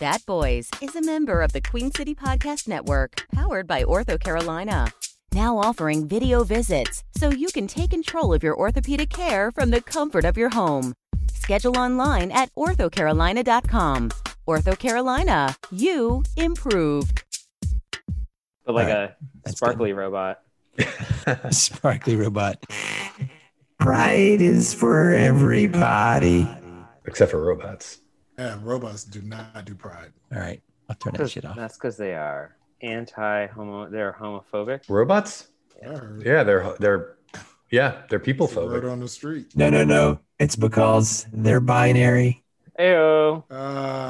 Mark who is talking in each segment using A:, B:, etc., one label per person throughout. A: That Boys is a member of the Queen City Podcast Network, powered by Ortho Carolina. Now offering video visits so you can take control of your orthopedic care from the comfort of your home. Schedule online at orthocarolina.com. Ortho Carolina, you improved.
B: But like
C: All
B: a
C: that's
B: sparkly robot.
C: Sparkly robot.
D: Pride is for everybody.
E: except for robots.
F: Yeah, robots do not do pride.
C: All right. I'll turn that
B: Cause-
C: shit off.
B: That's because they are anti homo. They're homophobic.
E: Robots?
F: I heard.
E: Yeah, they're they're yeah, they're people
F: It's a word
E: phobic.
F: on the street.
D: No, no, no. It's because they're binary.
F: Uh,
B: Ayo.
C: Ah,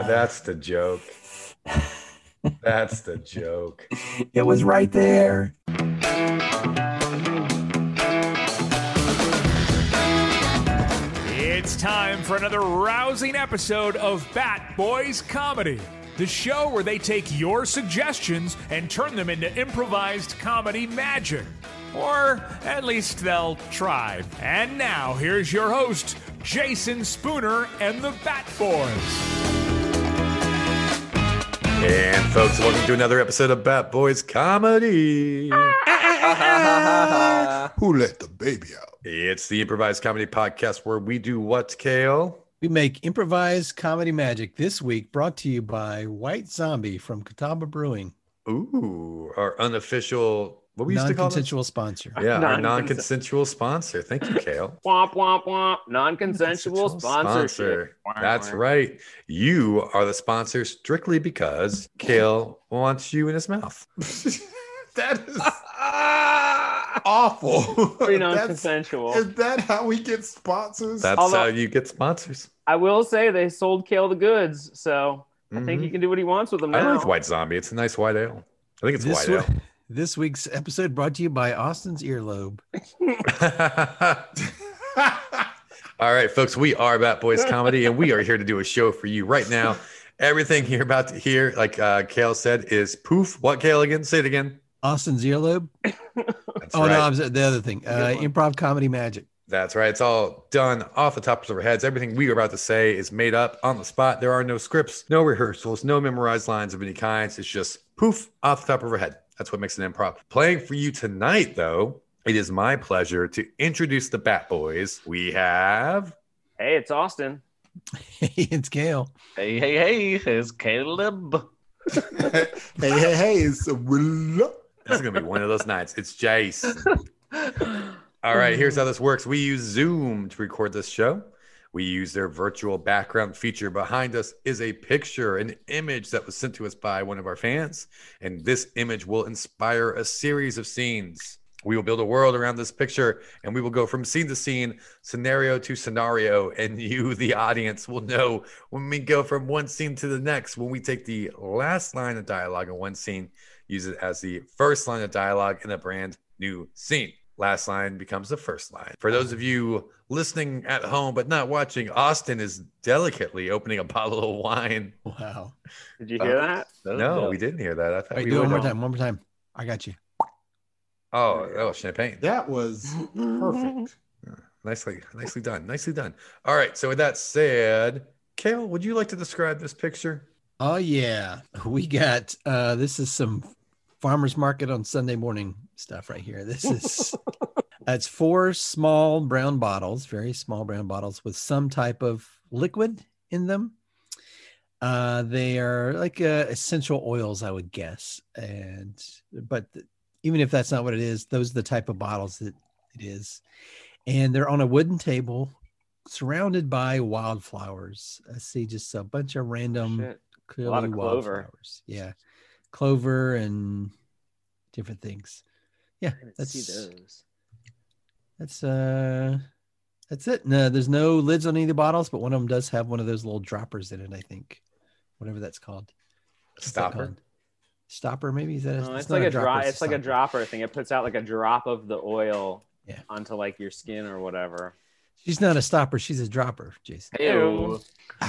E: Uh,
F: that's what you did.
E: that's the joke. That's the joke.
D: It was right there.
G: It's time for another rousing episode of Bat Boys Comedy, the show where they take your suggestions and turn them into improvised comedy magic. Or at least they'll try. And now, here's your host, Jason Spooner and the Bat Boys.
E: And folks, welcome to another episode of Bat Boys Comedy.
F: Who let the baby out?
E: It's the improvised comedy podcast where we do what, Kale?
C: We make improvised comedy magic this week, brought to you by White Zombie from Catawba Brewing,
E: Ooh, our unofficial what we used to call them?
C: non-consensual sponsor.
E: Yeah, our
B: Non-consen-
E: non-consensual sponsor. Thank you, Kale.
B: Womp, womp, womp. Non consensual sponsorship.
E: Sponsor. That's right. You are the sponsor strictly because Kale wants you in his mouth.
F: That is awful.
B: Free non
F: That's-
B: consensual.
F: Is that how we get sponsors?
E: That's
B: Although-
E: how you get sponsors.
B: I will say they sold Kale the goods, so I think
E: Mhm.
B: he can do what he wants with them
E: I
B: now.
E: like White Zombie. It's a nice white ale. I think it's
C: This,
E: white
C: we- this week's episode brought to you by Austin's Earlobe.
E: ale. All right, folks, we are Bat Boys Comedy, and we are here to do a show for you right now. Everything you're about to hear, like uh, Kale said, is poof. What, Kale, again? Say it again.
C: Austin's Earlobe.
E: That's
C: Oh
E: right.
C: no, I'm sorry, the other thing. Uh, improv comedy magic.
E: That's right. It's all done off the top of our heads. Everything we are about to say is made up on the spot. There are no scripts, no rehearsals, no memorized lines of any kinds. It's just poof off the top of our head. That's what makes an improv. Playing for you tonight, though, it is my pleasure to introduce the Bat Boys. We have
B: Hey, it's Austin.
C: it's Gail.
H: Hey, hey, hey, it's Caleb.
F: hey, hey, hey, it's a will.
E: this is gonna be one of those nights. It's Jace. All right, here's how this works. We use Zoom to record this show. We use their virtual background feature. Behind us is a picture, an image that was sent to us by one of our fans. And this image will inspire a series of scenes. We will build a world around this picture and we will go from scene to scene, scenario to scenario. And you, the audience, will know when we go from one scene to the next. When we take the last line of dialogue in one scene, use it as the first line of dialogue in a brand new scene. Last line becomes the first line. For those of you listening at home but not watching, Austin is delicately opening a bottle of wine.
C: Wow.
B: Did you hear that?
E: No, we didn't hear that. I thought
C: All right,
E: we
C: do it
E: would.
C: one more time. One more time. I got you.
E: Oh, oh, champagne.
F: That was perfect.
E: Nicely, nicely done. Nicely done. All right. So with that said, Kale, would you like to describe this picture?
C: Oh yeah, we got uh this is some farmers market on Sunday morning stuff right here. This is that's four small brown bottles, very small brown bottles with some type of liquid in them. Uh they are like uh, essential oils I would guess. And but th- even if that's not what it is, those are the type of bottles that it is. And they're on a wooden table surrounded by wildflowers. I see just a bunch of
D: Um,
C: random
B: Oh, Shit.
C: clearly
B: lot of clover.
C: wildflowers. Yeah, clover and different things. Yeah,
B: I didn't
C: that's
B: see those.
C: that's uh that's it. No, there's no lids on any of the bottles, but one of them does have one of those little droppers in it. I think, whatever that's called. What's that
E: Stopper.
C: called? Stopper, maybe is that?
B: No, Oh, it's,
C: not
B: like a, dry.
C: dropper,
B: It's like a
C: stopper.
B: dropper thing. It puts out like a drop of the oil
C: Yeah.
B: onto like your skin or whatever.
C: She's not a stopper. She's a dropper, Jason.
B: Ew.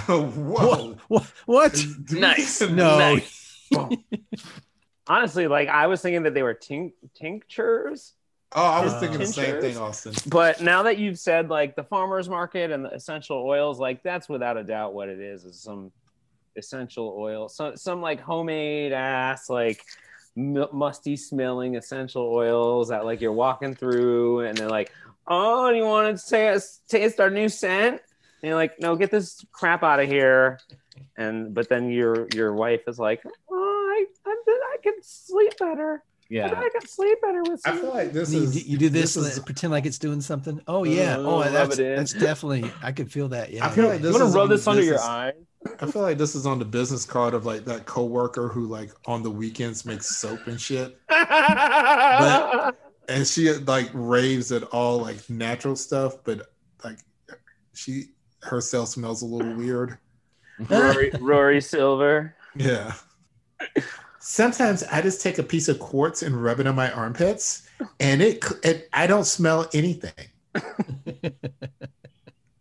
F: Whoa. Oh,
C: What? What?
H: Nice.
C: No.
H: Nice.
B: Honestly, like I was thinking that they were tin- tinctures,
F: Oh, I was
C: Uh,
F: thinking the same
B: Tinctures?
F: thing, Austin.
B: but now that you've said like the farmers market and the essential oils, like that's without a doubt what it is. Is some
I: essential oil, some some like homemade ass like m- musty smelling essential oils that like you're walking through, and they're like, "Oh, you want to taste taste our new scent?" And you're like, "No, get this crap out of here." And but then your your wife is like, "Oh, I I, I can sleep better. I,
H: Yeah.
I: can sleep better with."
D: I
I: some-
D: feel like this
C: And you,
D: is
C: do- you do this,
D: is-
C: and pretend like it's doing something. Oh yeah.
I: Uh,
C: Oh,
I: rub
C: that's,
I: it in.
C: that's definitely. I could feel that. Yeah.
D: I feel
C: yeah.
D: like
I: You
D: this
I: want
D: is
I: to rub
D: on
I: this under your
D: business-
I: eye?
D: I feel like this is on the business card of like that coworker who like on the weekends makes soap and shit, and she like raves at all like natural stuff, but like she herself smells a little weird.
I: Rory, Rory Silver.
D: Yeah. Sometimes I just take a piece of quartz and rub it on my armpits, and it, it I don't smell anything.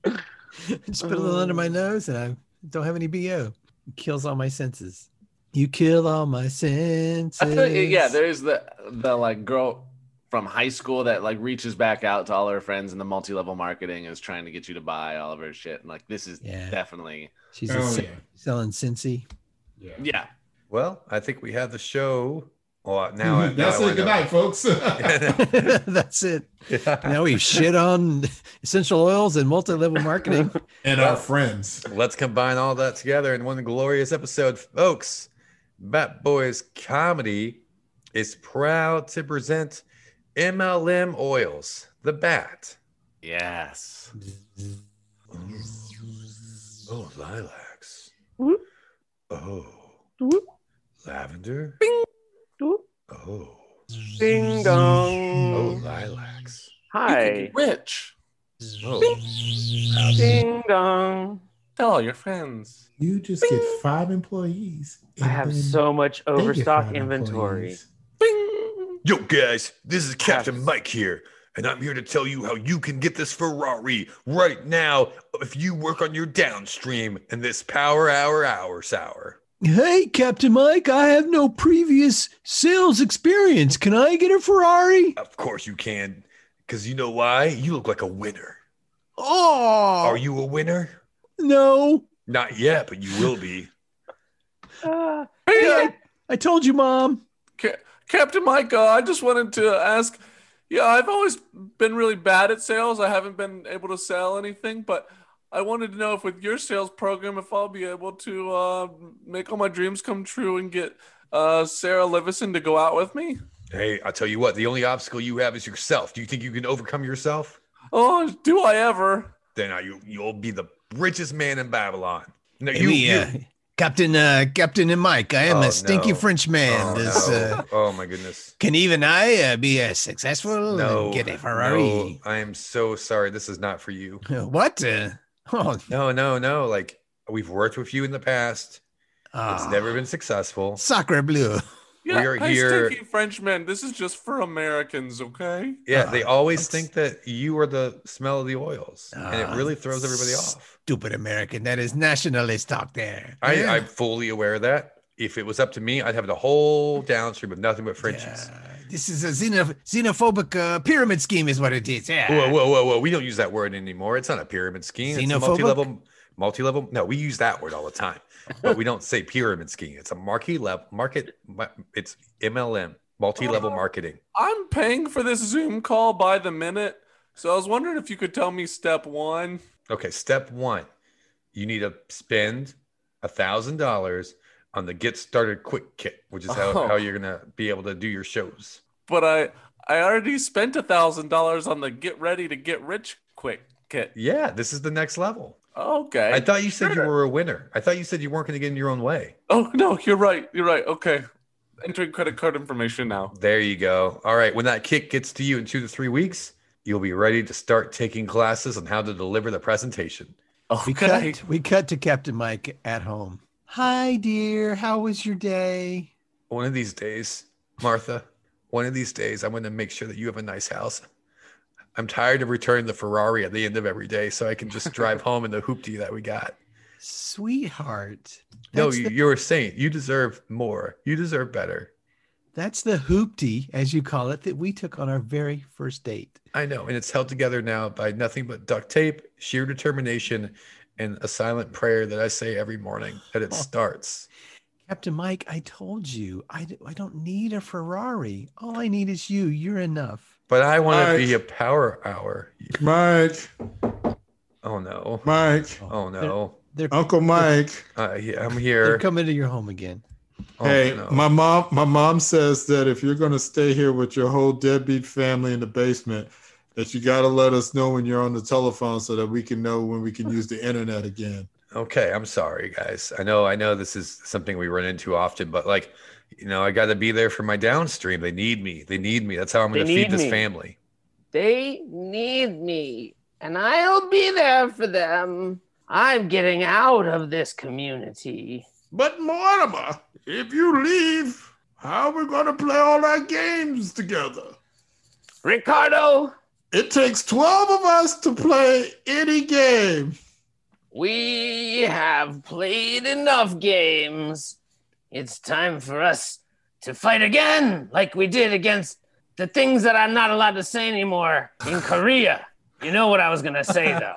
C: Just put a little under my nose, and I don't have any bo. Kills all my senses. You kill all my senses.
H: I feel, yeah, there's the the like girl from high school that like reaches back out to all her friends in the multi-level marketing is trying to get you to buy all of her shit and like this is
C: Yeah.
H: definitely
C: She's
D: Oh,
C: a se- selling Cincy.
H: yeah
E: Well, I think we have the show. Well, now I,
D: That's
E: now I
D: it. Good night, folks.
E: know.
C: That's it. Now we shit on essential oils and multi-level marketing.
D: and our friends.
E: Let's combine all that together in one glorious episode, folks. Bat Boys Comedy is proud to present MLM Oils, the Bat.
H: yes
E: Oh, lilacs.
I: Whoop.
E: Oh,
I: Whoop.
E: lavender.
I: Whoop.
E: Oh,
I: Ding dong.
E: oh, lilacs.
I: Hi.
H: rich
E: Oh,
I: Ding dong.
H: tell all your friends
D: You just get five employees.
I: I have so much overstock inventory.
E: Yo, guys, this is Captain Mike here, and I'm here to tell you how you can get this Ferrari right now if you work on your downstream in this Power Hour Hours Hour.
C: Hey, Captain Mike, I have no previous sales experience. Can I get a Ferrari?
E: Of course, you can, because you know why? You look like a winner.
C: Oh,
E: Are you a winner?
C: no.
E: Not yet, but you will be.
I: Ah,
C: Yeah, I, I told you, Mom.
H: Captain Micah, I just wanted to ask. Yeah, I've always been really bad at sales. I haven't been able to sell anything, but I wanted to know if with your sales program, if I'll be able to uh, make all my dreams come true and get uh, Sarah Levison to go out with me.
E: Hey, I'll tell you what, the only obstacle you have is yourself. Do you think you can overcome yourself?
H: Oh, do I ever?
E: Then uh, you, you'll be the richest man in Babylon. No,
C: Hey, me, uh, Captain, uh, Captain and Mike, I am
E: Oh,
C: a stinky
E: no.
C: French man.
E: Oh,
C: This,
E: no.
C: uh,
E: oh my goodness.
C: can even I uh, be uh, successful
E: No, uh,
C: and get a
E: no,
C: Ferrari?
E: I am so sorry. This is not for you.
C: What? Uh, oh,
E: No, no, no. Like we've worked with you in the past. It's
C: ah,
E: never been successful.
C: Sacre bleu.
E: Yeah, We are hey, here- stinky
H: Frenchman. This is just for Americans, okay?
E: Yeah, they
C: Ah,
E: always
C: that's-
E: think that you are the smell of the oils, and
C: Ah,
E: it really throws everybody
C: s-
E: off.
C: Stupid American. That is nationalist talk there.
E: I,
C: Yeah.
E: I'm fully aware of that. If it was up to me, I'd have the whole downstream of nothing but Frenchies.
C: Yeah. This is a xenoph- xenophobic uh, pyramid scheme, is what it is. Yeah.
E: Whoa, whoa, whoa, whoa! We don't use that word anymore. It's not a pyramid scheme. It's a
C: Xenophobic?
E: multi-level, multi-level. No, we use that word all the time, but we don't say pyramid scheme. It's a marquee level market. ma- It's MLM, multi-level marketing.
H: I'm paying for this Zoom call by the minute. So I was wondering if you could tell me step one.
E: Okay, step one, you need to spend a thousand dollars on the Get Started Quick Kit, which is how,
H: Oh.
E: how you're gonna be able to do your shows.
H: but I I already spent a thousand dollars on the get ready to get rich quick kit.
E: Yeah, this is the next level.
H: Okay.
E: I thought you said
H: sure.
E: you were a winner. I thought you said you weren't gonna get in your own way.
H: oh no, you're right. You're right. Okay. Entering credit card information now.
E: There you go. All right. When that kick gets to you in two to three weeks, you'll be ready to start taking classes on how to deliver the presentation.
C: We
H: Okay.
C: cut, we cut to Captain Mike at home. Hi, dear. How was your day?
E: One of these days, Martha, one of these days, I'm going to make sure that you have a nice house. I'm tired of returning the Ferrari at the end of every day so I can just drive home in the hoopty that we got.
C: Sweetheart.
E: No,
C: That's
E: you,
C: the-
E: you're a saint. You deserve more. You deserve better.
C: That's the hoopty, as you call it, that we took on our very first date.
E: I know. And it's held together now by nothing but duct tape, sheer determination, and a silent prayer that I say every morning that it starts.
C: Captain Mike, I told you, I, d- I don't need a Ferrari. All I need is you. You're enough.
E: But I want to
F: Alright.
E: be a power hour.
F: Mike,
E: Oh no.
F: Mike,
E: Oh no.
C: They're,
F: Uncle Mike.
E: Uh, yeah, I'm
C: they're
E: here.
C: coming to your home again.
E: Oh,
F: hey,
E: no.
F: my mom. My mom says that if you're gonna stay here with your whole deadbeat family in the basement, that you gotta let us know when you're on the telephone so that we can know when we can use the internet again.
E: Okay, I'm sorry, guys. I know, I know this is something we run into often, but like, you know, I got to be there for my downstream. They need me. They need me. That's how I'm
B: They
E: going to feed
B: need
E: this
B: me.
E: family.
B: They need me, and I'll be there for them. I'm getting out of this community.
F: But Mortimer, if you leave, how are we gonna play all our games together?
B: Ricardo,
F: It takes twelve of us to play any game.
B: we have played enough games. It's time for us to fight again, like we did against the things that I'm not allowed to say anymore in Korea. You know what I was going to say, though.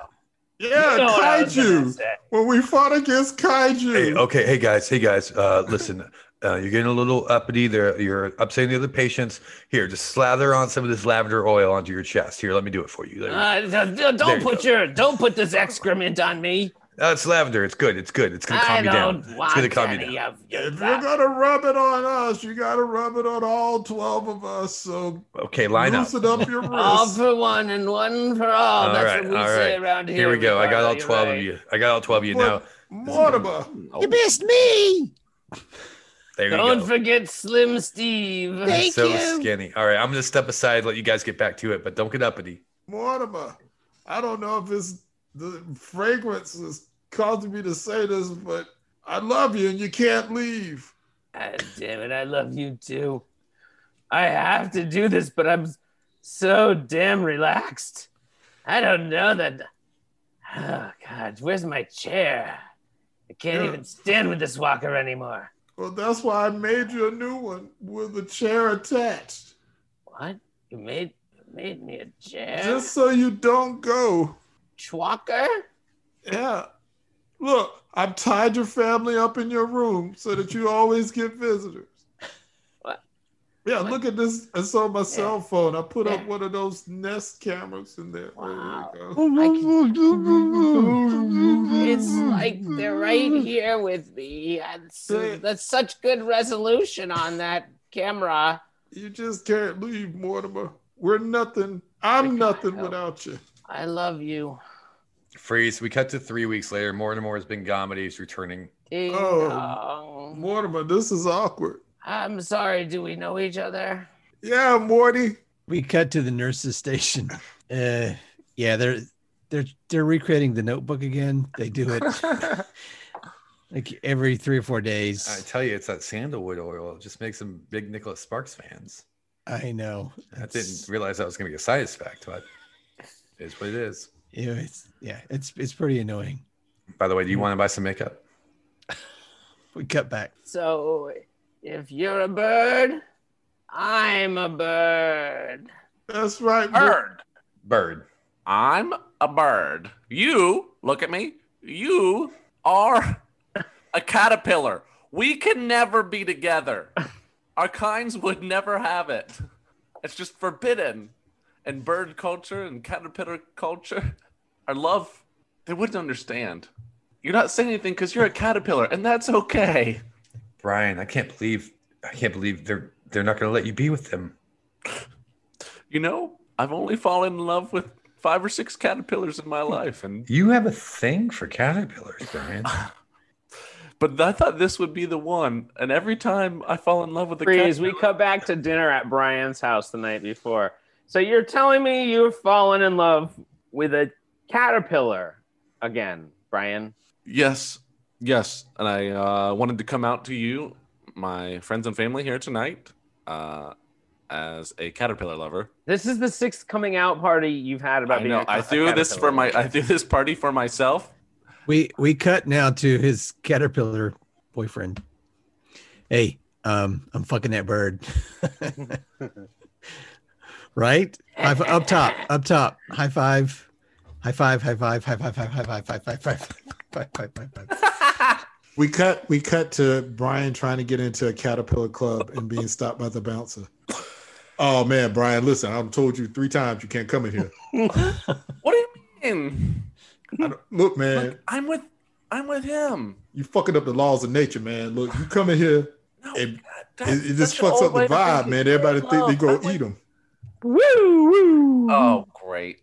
F: Yeah,
B: you know what I was gonna
F: kaiju.
B: say.
F: When we fought against kaiju.
E: Hey, okay, hey guys, hey guys, uh, listen, uh, you're getting a little uppity there. You're upsetting the other patients. Here, just slather on some of this lavender oil onto your chest. Here, let me do it for you. There,
B: Uh, d- d-
E: There
B: don't
E: you
B: put
E: go.
B: your don't put this excrement on me.
E: Uh, it's lavender. It's good. It's good. It's gonna calm
B: I
E: you down.
B: don't
E: It's
B: want
E: gonna calm you
B: any
E: down.
B: of your
F: If you're gonna rub it on us, you gotta rub it on all twelve of us. So
E: Okay, line up.
F: loosen up your
B: All
F: wrists.
B: for one and one for all.
E: All
B: Oh, That's
E: right,
B: what we
E: all
B: say
E: right.
B: around here.
E: Here we go. I got
B: Ricardo,
E: all
B: you're
E: 12
B: right.
E: of you. I got all 12 of you
F: What-
E: now.
F: Mortimer,
C: You missed me.
E: There you
B: Don't
E: go.
B: forget Slim Steve.
E: I'm so skinny. All right, I'm gonna step aside, let you guys get back to it, but don't get uppity.
F: Mortimer. I don't know if it's the fragrance is causing me to say this, but I love you and you can't leave.
B: God damn it, I love you too. I have to do this, but I'm so damn relaxed. I don't know that. Oh God, where's my chair? I can't
F: Yeah.
B: even stand with this walker anymore.
F: Well, that's why I made you a new one with a chair attached,
B: What? You made you made me a chair?
F: just so you don't go.
B: Chwalker?
F: Yeah. Look, I've tied your family up in your room so that you always get visitors.
B: What?
F: Yeah, look at this. I saw my cell phone. I put up
B: Yeah.
F: one of those Nest cameras in there.
B: Wow.
F: There we go.
B: I can- It's like they're right here with me. And so- that's such good resolution on that camera.
F: You just can't leave, Mortimer. We're nothing. I'm
B: can't
F: nothing
B: help.
F: without you.
B: I love you.
E: Freeze. We cut to three weeks later. Mortimer has been gone, but he's returning.
B: Ding
F: Oh.
B: dong.
F: Mortimer, this is awkward.
B: I'm sorry. Do we know each other?
F: Yeah, Morty.
C: We cut to the nurses' station. Uh, yeah, they're they're they're recreating the Notebook again. They do it like every three or four
E: I
C: days.
E: tell you, it's that sandalwood oil. It just makes them big Nicholas Sparks fans.
C: I know.
E: I
C: It's-
E: didn't realize that was gonna be a side effect, but it's what it is.
C: Yeah, it's yeah, it's it's pretty annoying.
E: By the way,
B: Mm.
E: do you want to buy some makeup?
C: We cut back.
B: So if you're a bird, I'm a bird.
F: That's right. Mor-
H: Bird.
E: Bird.
H: I'm a bird. You look at me. You are a caterpillar. We can never be together. Our kinds would never have it. It's just forbidden. And bird culture and caterpillar culture, our love, they wouldn't understand. You're not saying anything because you're a caterpillar, and that's okay.
E: Brian, I can't believe I can't believe they're they're not gonna let you be with them.
H: You know, I've only fallen in love with five or six caterpillars in my life, and
E: You have a thing for caterpillars, Brian.
H: But I thought this would be the one, and every time I fall in love with the
B: Freeze,
H: cat,
B: we cut back to dinner at Brian's house the night before. So you're telling me you've fallen in love with a caterpillar again, Brian?
H: yes, yes, and I uh, wanted to come out to you, my friends and family here tonight, uh, as a caterpillar lover.
B: This is the sixth coming out party you've had
H: I
B: about being
H: know
B: a
H: I
B: a
H: threw this for
B: caterpillar.
H: my I threw this party for myself.
C: We we cut now to his caterpillar boyfriend. Hey, um, I'm fucking that bird. right? High fi- up top, up top. High five. High five, high five, high five, high five, high five, high five, high five, high five, high five.
F: We cut we cut to Brian trying to get into a caterpillar club and being stopped by the bouncer. Oh man, Brian, listen, I've told you three times you can't come in here.
H: what do you mean?
F: I don't- look, man,
H: Look, I'm with I'm with him.
F: you fucking up the laws of nature, man. Look, you come in here,
H: No,
F: It-
H: God,
F: it,
H: that's
F: it just
H: such an
F: fucks
H: old
F: up the
H: way to
F: vibe,
H: think.
F: man. Everybody think they
H: Oh,
F: go
H: I'm with-
F: eat them.
H: Oh, great.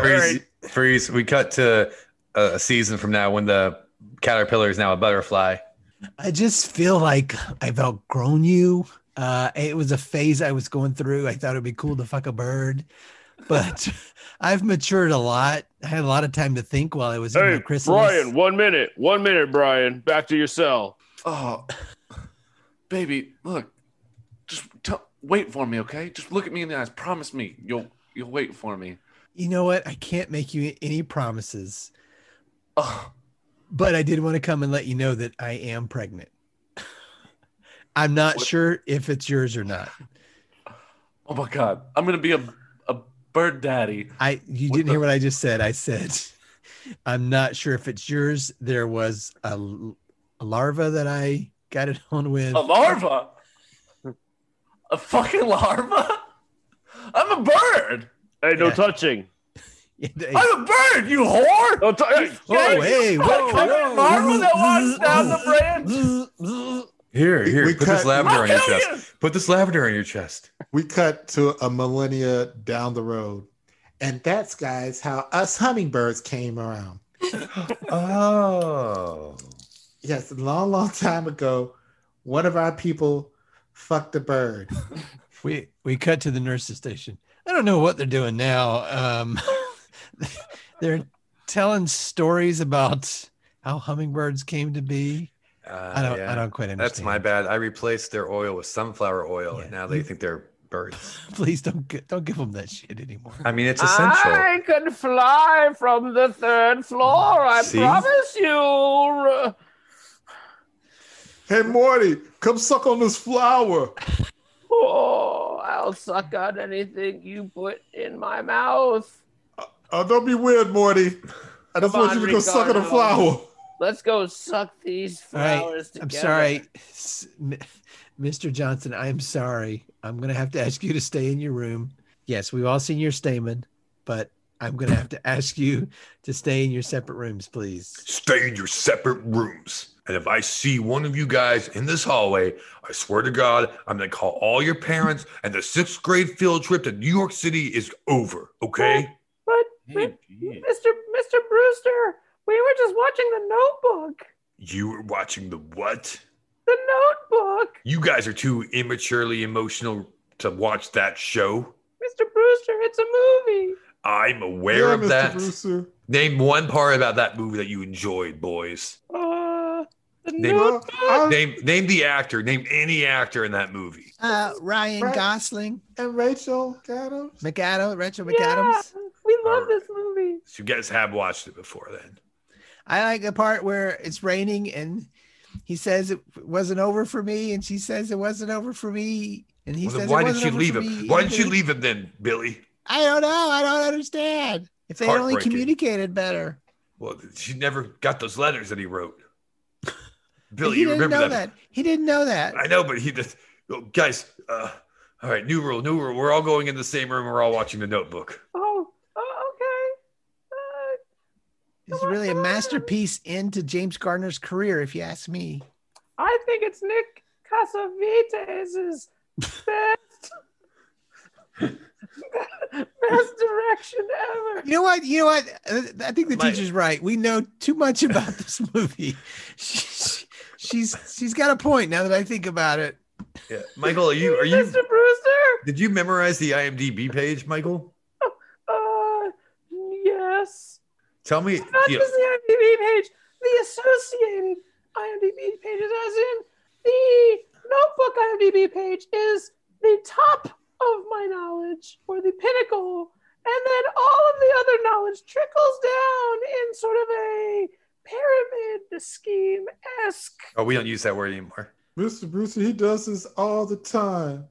E: Freeze, freeze. We cut to a season from now when the caterpillar is now a butterfly.
C: I just feel like I've outgrown you. Uh, it was a phase I was going through. I thought it'd be cool to fuck a bird, but I've matured a lot. I had a lot of time to think while I was in the chrysalis.
J: one minute. One minute, Brian. Back to your cell.
H: Oh, baby, look. Just tell, wait for me, okay? Just look at me in the eyes. Promise me you'll you'll wait for me.
C: You know what? I can't make you any promises,
H: Oh,
C: but I did want to come and let you know that I am pregnant. I'm not sure if it's yours or not.
H: oh my God, I'm gonna be a a bird daddy.
C: I you
H: What
C: didn't
H: the-
C: hear what I just said. I said I'm not sure if it's yours. There was a, l- a larva that I got it on with.
H: A larva. A fucking larva. I'm a bird.
J: Hey, no
C: Yeah.
J: touching.
F: Oh,
H: I'm a bird. You whore.
J: No touching.
C: Oh, hey, whoa,
H: Fucking
C: whoa.
H: larva that walks down the branch.
E: Here,
F: We-
E: here.
F: we
E: put
F: cut-
E: this lavender
H: I'll
E: on your
H: kill
E: chest.
H: you.
E: Put this lavender on your chest.
F: We cut to a millennia down the road. And that's guys how us hummingbirds came around.
E: Oh.
F: Yes, a long, long time ago, one of our people fucked a bird.
C: we we cut to the nurse's station. I don't know what they're doing now. Um, they're telling stories about how hummingbirds came to be.
E: Uh,
C: I don't
E: yeah.
C: I don't quite understand.
E: That's my bad. I replaced their oil with sunflower oil, and
C: Yeah.
E: now they think they're birds.
C: Please don't gi- don't give them that shit anymore.
E: I mean, it's essential.
J: I can fly from the third floor. I
E: See?
J: promise you.
F: Hey Morty, come suck on this flower.
J: Oh, I'll suck on anything you put in my mouth.
F: Oh, don't be weird, Morty. I just
J: Come
F: want
J: on,
F: you to go suck on a
J: Ricardo.
F: flower.
J: Let's go suck these
C: All right,
J: flowers together.
C: I'm sorry, S- M- Mr. Johnson. I am sorry. I'm going to have to ask you to stay in your room. Yes, we've all seen your stamen, but I'm going to have to ask you to stay in your separate rooms, please.
E: Stay in your separate rooms. And if I see one of you guys in this hallway, I swear to God, I'm going to call all your parents, and the sixth grade field trip to New York City is over. Okay?
J: But,
H: Hey,
J: Mr. Mr. Brewster, we were just watching The Notebook.
E: You were watching the what?
J: The Notebook.
E: You guys are too immaturely emotional to watch that show.
J: Mr. Brewster, it's a movie.
E: I'm aware
F: Yeah,
E: of that.
F: Brewster.
E: Name one part about that movie that you enjoyed, boys.
J: Uh, the
E: Name-
J: Notebook.
F: I'm-
E: Name name the actor. Name any actor in that movie.
C: Uh, Ryan
F: Right.
C: Gosling,
F: and Rachel got him.
C: McAdams, Rachel
J: Yeah,
C: McAdams.
J: we love
E: All
J: this movie.
E: So you guys have watched it before then.
C: I like the part where it's raining and he says it wasn't over for me, and she says it wasn't over for me, and he
E: Well, then
C: says
E: why
C: it
E: didn't
C: wasn't
E: you
C: over
E: leave
C: for
E: him?
C: me
E: Why didn't you
C: either.
E: leave him then, Billy?
C: I don't know. I don't understand. If they had only
E: Heartbreaking.
C: communicated better.
E: Well, she never got those letters that he wrote. Billy,
C: he
E: you
C: didn't
E: remember
C: know
E: that.
C: that. He didn't know that.
E: I know, but he just oh, guys. Uh, all right, new rule, new rule. We're all going in the same room. We're all watching the Notebook.
J: Oh, oh Uh, okay.
C: It's really a masterpiece into James Gardner's career, if you ask me.
J: Uh, I think it's Nick Cassavetes' best best direction ever.
C: You know what? You know what? Uh, I think the
E: My-
C: teacher's right. We know too much about this movie. She- she- she's she's got a point now that I think about it.
E: Yeah. Michael, are you? Are you?
J: Mr. Brewster?
E: Did you memorize the IMDb page, Michael?
J: Uh, yes.
E: Tell me.
J: Not
E: you know-
J: just the IMDb page, the associated IMDb pages, as in the Notebook IMDb page is the top of my knowledge or the pinnacle, and then all of the other knowledge trickles down in sort of a pyramid scheme esque.
E: oh, we don't use that word anymore.
F: Mr. Brewster, he does this all the time.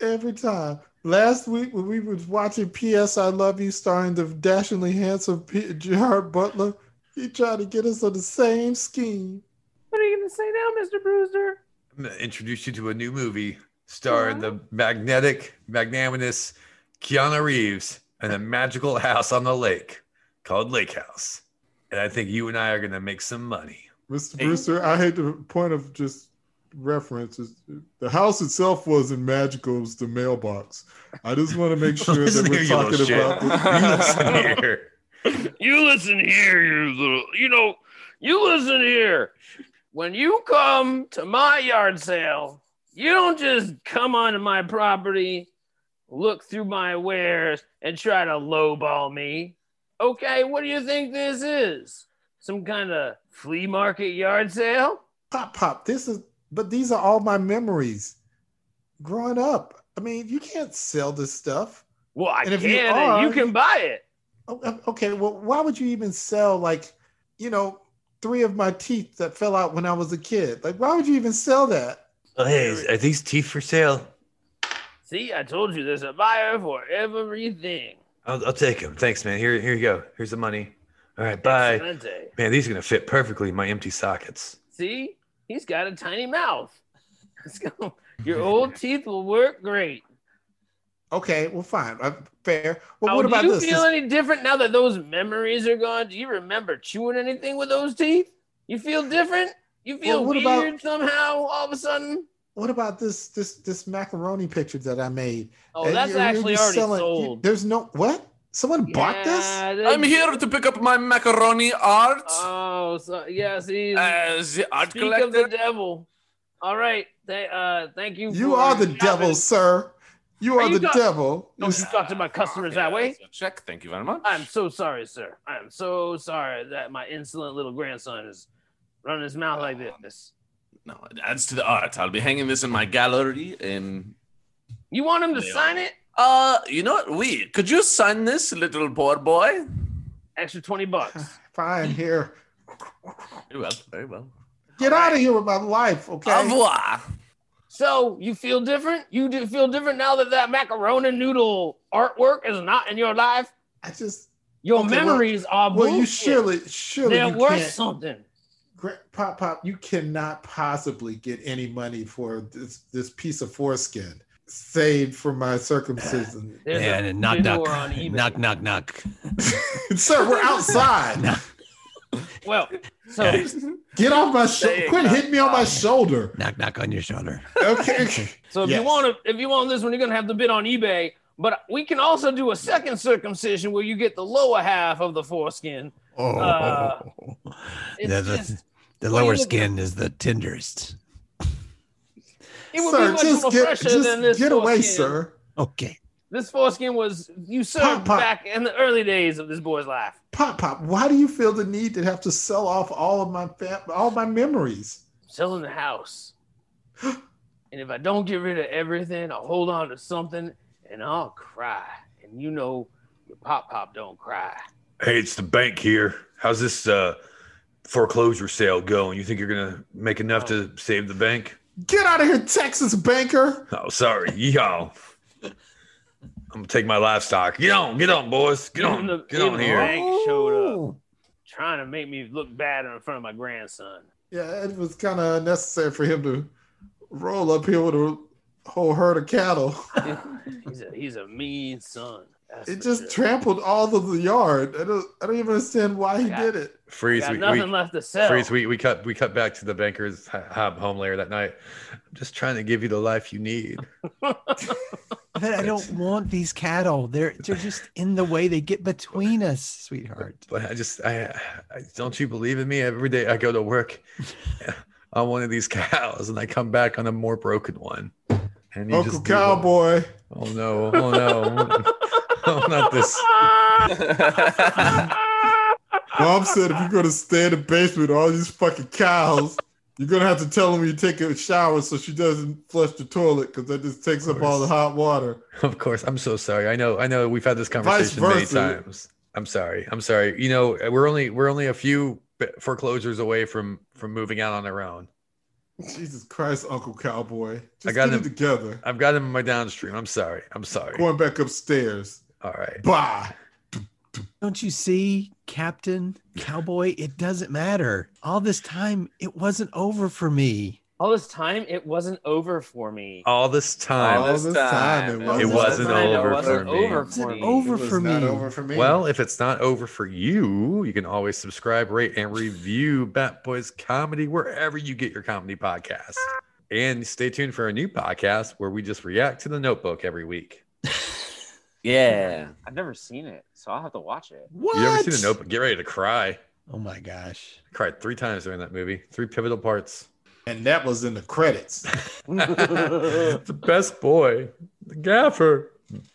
F: Every time. Last week when we was watching P.S. I Love You starring the dashingly handsome P- Gerard Butler, he tried to get us on the same scheme.
J: What are you going to say now, Mr. Brewster?
E: I'm gonna introduce you to a new movie starring the magnetic, magnanimous Keanu Reeves and the magical house on the lake called Lake House. And I think you and I are gonna make some money.
F: Mr.
E: Hey.
F: Brewster, I hate the point of just reference. is The house itself wasn't magical, it was the mailbox. I just want to make sure
E: Listen
F: that
E: here,
F: we're
E: you little
F: talking
E: shit.
F: about the-
B: You
E: You listen here.
B: listen here, you little, you know, you listen here. When you come to my yard sale, you don't just come onto my property, look through my wares, and try to lowball me. Okay, what do you think this is? Some kind of flea market yard sale?
F: pop pop. This is but these are all my memories growing up. I mean, you can't sell this stuff.
B: Well, I
F: And if
B: can,
F: you
B: and you
F: are-
B: can buy it.
F: Oh, um, Okay, well, why would you even sell like, you know, three of my teeth that fell out when I was a kid? Like, why would you even sell that?
E: Oh, hey, is- are these teeth for sale?
B: See, I told you there's a buyer for everything.
E: I'll, I'll take them. Thanks, man. Here, here you go. Here's the money. All right, bye.
B: Excelente.
E: Man, these are gonna fit perfectly in my empty sockets.
B: See, he's got a tiny mouth. Let's go. Your old teeth will work great.
F: Okay, well, fine, uh, fair. Well,
B: Oh,
F: what about
B: do you
F: this?
B: feel
F: This-
B: any different now that those memories are gone? Do you remember chewing anything with those teeth? You feel different? You feel
F: Well, what about-
B: weird somehow all of a sudden?
F: what about this this this macaroni picture that I made?
B: Oh,
F: Uh,
B: that's
F: you're- you're
B: actually
F: just
B: already
F: selling- you-
B: sold.
F: there's no what? Someone bought this?
B: Yeah, that-
H: I'm here to pick up my macaroni art
B: Oh, so yeah, see,
H: as the art
B: speak of
H: collector.
B: the devil. All right, th- uh, thank you.
F: You
B: for
F: are the
B: shopping.
F: devil, sir. You
B: Are
F: are,
B: you
F: the
B: go-
F: devil.
B: Don't you talk to my customers that way.
H: Check. Thank you very much.
B: I'm so sorry, sir. I'm so sorry that my insolent little grandson is running his mouth like this.
H: No, it adds to the art. I'll be hanging this in my gallery. And
B: You want him to
H: Yeah.
B: sign it?
H: uh, you know what? We could you sign this, little poor boy?
B: Extra 20 bucks.
F: Fine, here.
H: Very well, very well.
F: Get out of here with my life, okay?
H: Au revoir.
B: So you feel different? You do feel different now that that macaroni noodle artwork is not in your life?
F: I just
B: Your
F: Okay, well-
B: memories are
F: well, you
B: bullshit.
F: surely, surely
B: They're
F: you
B: worth
F: can't.
B: something.
F: Gra- Pop, pop, you cannot possibly get any money for this this piece of foreskin saved for my circumcision,
B: There's a
C: and knock,
B: bid
C: knock,
B: war on eBay.
C: knock, knock, knock.
F: sir. We're outside.
B: Well, so
F: Get off my shoulder.
H: Saying
F: Quit
H: that.
F: hitting me on my shoulder.
C: Knock, knock on your shoulder.
F: Okay.
B: so if you
F: Yes.
B: want to, if you want this one, you're gonna have to bid on eBay. But we can also do a second circumcision where you get the lower half of the foreskin.
C: Oh,
B: Uh, it's
C: the, the-
B: just-
C: the
B: what are you
C: lower
B: looking
C: skin is the tenderest.
B: It would be
F: sir,
B: much
F: just
B: more
F: get,
B: fresher
F: just
B: than this
F: get away,
B: foreskin.
F: sir.
C: Okay.
B: This foreskin was usurped
F: Pop, pop.
B: back in the early days of this boy's life.
F: Pop, pop. Why do you feel the need to have to sell off all of my fam- all my memories?
B: Selling the house. and if I don't get rid of everything, I'll hold on to something and I'll cry. And you know your pop pop don't cry.
E: Hey, it's the bank here. How's this uh, foreclosure sale going? You think you're gonna make enough to
B: Oh.
E: save the bank?
F: Get out of here, Texas banker.
E: Oh, sorry, y'all. I'm gonna take my livestock. Get on, get on, boys. Get
B: Even
E: on,
B: the-
E: get
B: even
E: on
B: the
E: here.
B: bank showed up trying to make me look bad in front of my grandson.
F: Yeah, it was kind of unnecessary for him to roll up here with a whole herd of cattle.
B: He's a he's a mean son. That's
F: It
B: for
F: just
B: sure.
F: trampled all of the yard. I don't, I don't even understand why he
B: Yeah.
F: did it.
E: Freeze.
B: got
E: We,
B: nothing
E: we,
B: left to sell.
E: freeze. We, we cut. We cut back to the banker's ho- ho- home layer that night. I'm just trying to give you the life you need.
C: But I don't want these cattle. They're they're just in the way. They get between us, sweetheart.
E: But I just, I, I don't you believe in me? Every day I go to work on one of these cows, and I come back on a more broken one. And you
F: Uncle
E: just do
F: Cowboy.
E: what- Oh no! Oh no! oh, not this.
F: Mom said if you're going to stay in the basement with all these fucking cows, you're going to have to tell them when you take a shower so she doesn't flush the toilet because that just takes up all the hot water.
E: Of course, I'm so sorry. I know, I know. We've had this
F: Vice
E: conversation many
F: versa.
E: times. I'm sorry. I'm sorry. You know, we're only we're only a few b- foreclosures away from from moving out on our own.
F: Jesus Christ, Uncle Cowboy. Just
E: I got
F: get
E: him.
F: it together.
E: I've got him in my downstream. I'm sorry. I'm sorry.
F: Going back upstairs.
E: All right.
F: Bye.
C: Don't you see, Captain Cowboy? It doesn't matter. All this time, it wasn't over for me.
B: All this time, it wasn't over for me.
E: All this
F: All
E: time.
H: this
F: this time,
H: time,
F: it
H: it
F: wasn't,
E: wasn't
B: All this time,
E: over
B: it wasn't
E: for me.
B: over
C: It's not
B: for me.
C: over.
F: It was
C: for
F: not
C: me.
F: over for me.
E: Well, if it's not over for you, you can always subscribe, rate, and review Bat Boys Comedy wherever you get your comedy podcast. And stay tuned for a new podcast where we just react to the notebook every week.
B: Yeah, I've never seen it, so I'll have to watch it.
C: What?
E: You ever seen the notebook? Get ready to cry. I
C: Oh my gosh.
E: cried three times during that movie, three pivotal parts.
F: and that was in the credits.
E: the best boy, the gaffer.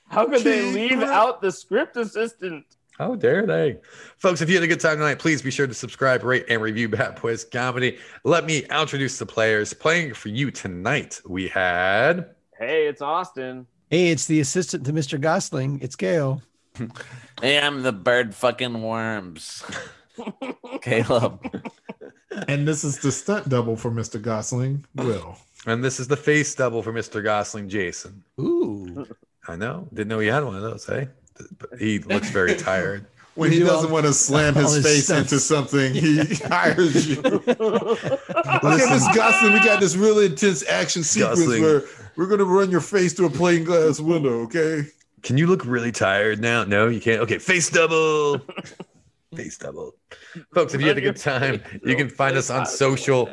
B: How could they
F: King
B: leave
F: Crab.
B: out the script assistant?
E: How dare they? Folks, if you had a good time tonight, please be sure to subscribe, rate, and review Bat Boys Comedy. Let me introduce the players playing for you tonight. We had
B: Hey, it's Austin.
C: Hey, it's the assistant to Mr. Gosling. It's Gail.
K: Hey, I'm the bird fucking worms. Caleb.
F: and this is the stunt double for Mr. Gosling, Will.
E: And this is the face double for Mr. Gosling, Jason.
C: Ooh.
E: I know. Didn't know he had one of those, eh? But he looks very tired.
F: When
C: You
F: he
C: do all-
F: doesn't want to slam
C: all
F: his
C: his
F: face
C: stunts.
F: into something, he hires you. okay, Miss Gosling, we got this really intense action sequence
E: Gosling.
F: where we're gonna run your face through a plain glass window. Okay,
E: Can you look really tired now? No, you can't. Okay, face double. face double. Folks, if you had a good time, you can find us on social,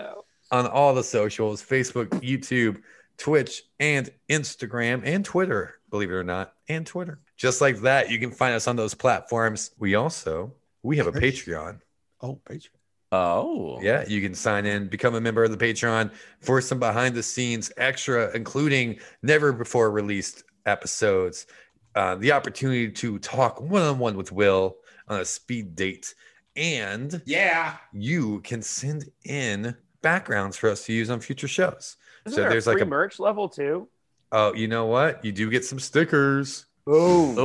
E: on all the socials Facebook, YouTube, Twitch, and Instagram, and Twitter, believe it or not, and Twitter. Just like that, you can find us on those platforms. We also, we have a Patreon.
C: Oh, Rachel.
K: Oh.
E: Yeah, you can sign in, become a member of the Patreon for some behind the scenes extra, including never before released episodes, uh, the opportunity to talk one on one with Will on a speed date, and
F: yeah,
E: you can send in backgrounds for us to use on future shows.
B: Isn't
E: So
B: there
E: there's
B: a
E: like
B: free
E: a-
B: merch level too?
E: Oh, you know what? You do get some stickers.
B: Oh,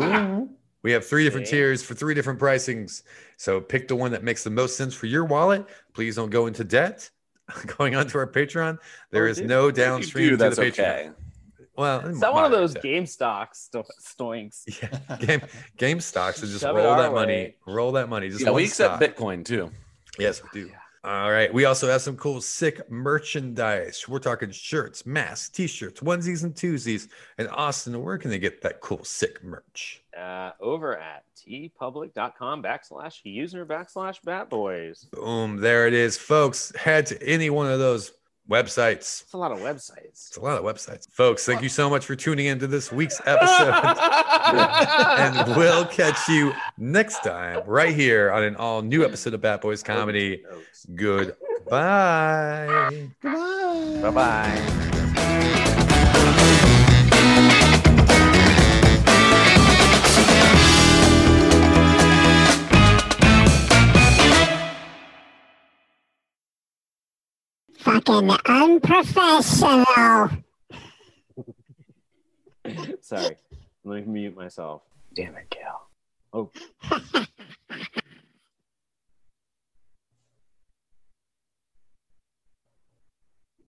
K: Ooh.
E: We have three different
B: Yeah.
E: tiers for three different pricings. So pick the one that makes the most sense for your wallet. Please don't go into debt. Going on to our Patreon, there
B: Oh,
E: is
B: dude.
E: no
K: If you
E: downstream
K: do,
E: to
K: that's
E: the Patreon.
K: okay.
E: Well,
B: is that one of those
E: moderate
B: GameStop sto- stoinks?
E: debt. Yeah, game game stocks and just
B: Shove it
E: roll
B: our
E: that money,
B: way.
E: roll that money. Just
K: Yeah, we
E: one
K: accept
E: stock.
K: Bitcoin too.
E: Yes, we do. All right. We also have some cool, sick merchandise. We're talking shirts, masks, t-shirts, onesies, and twosies. And Austin, where can they get that cool, sick merch?
B: Uh, over at tpublic.com backslash user backslash batboys.
E: Boom, there it is, folks. Head to any one of those websites.
B: It's a lot of websites.
E: It's a lot of websites. Folks, thank you so much for tuning into this week's episode. and we'll catch you next time right here on an all new episode of Bat Boys Comedy. Goodbye.
K: Bye bye.
I: Fucking unprofessional.
B: Sorry. Let me mute myself. Damn it, Cal.
I: Ha ha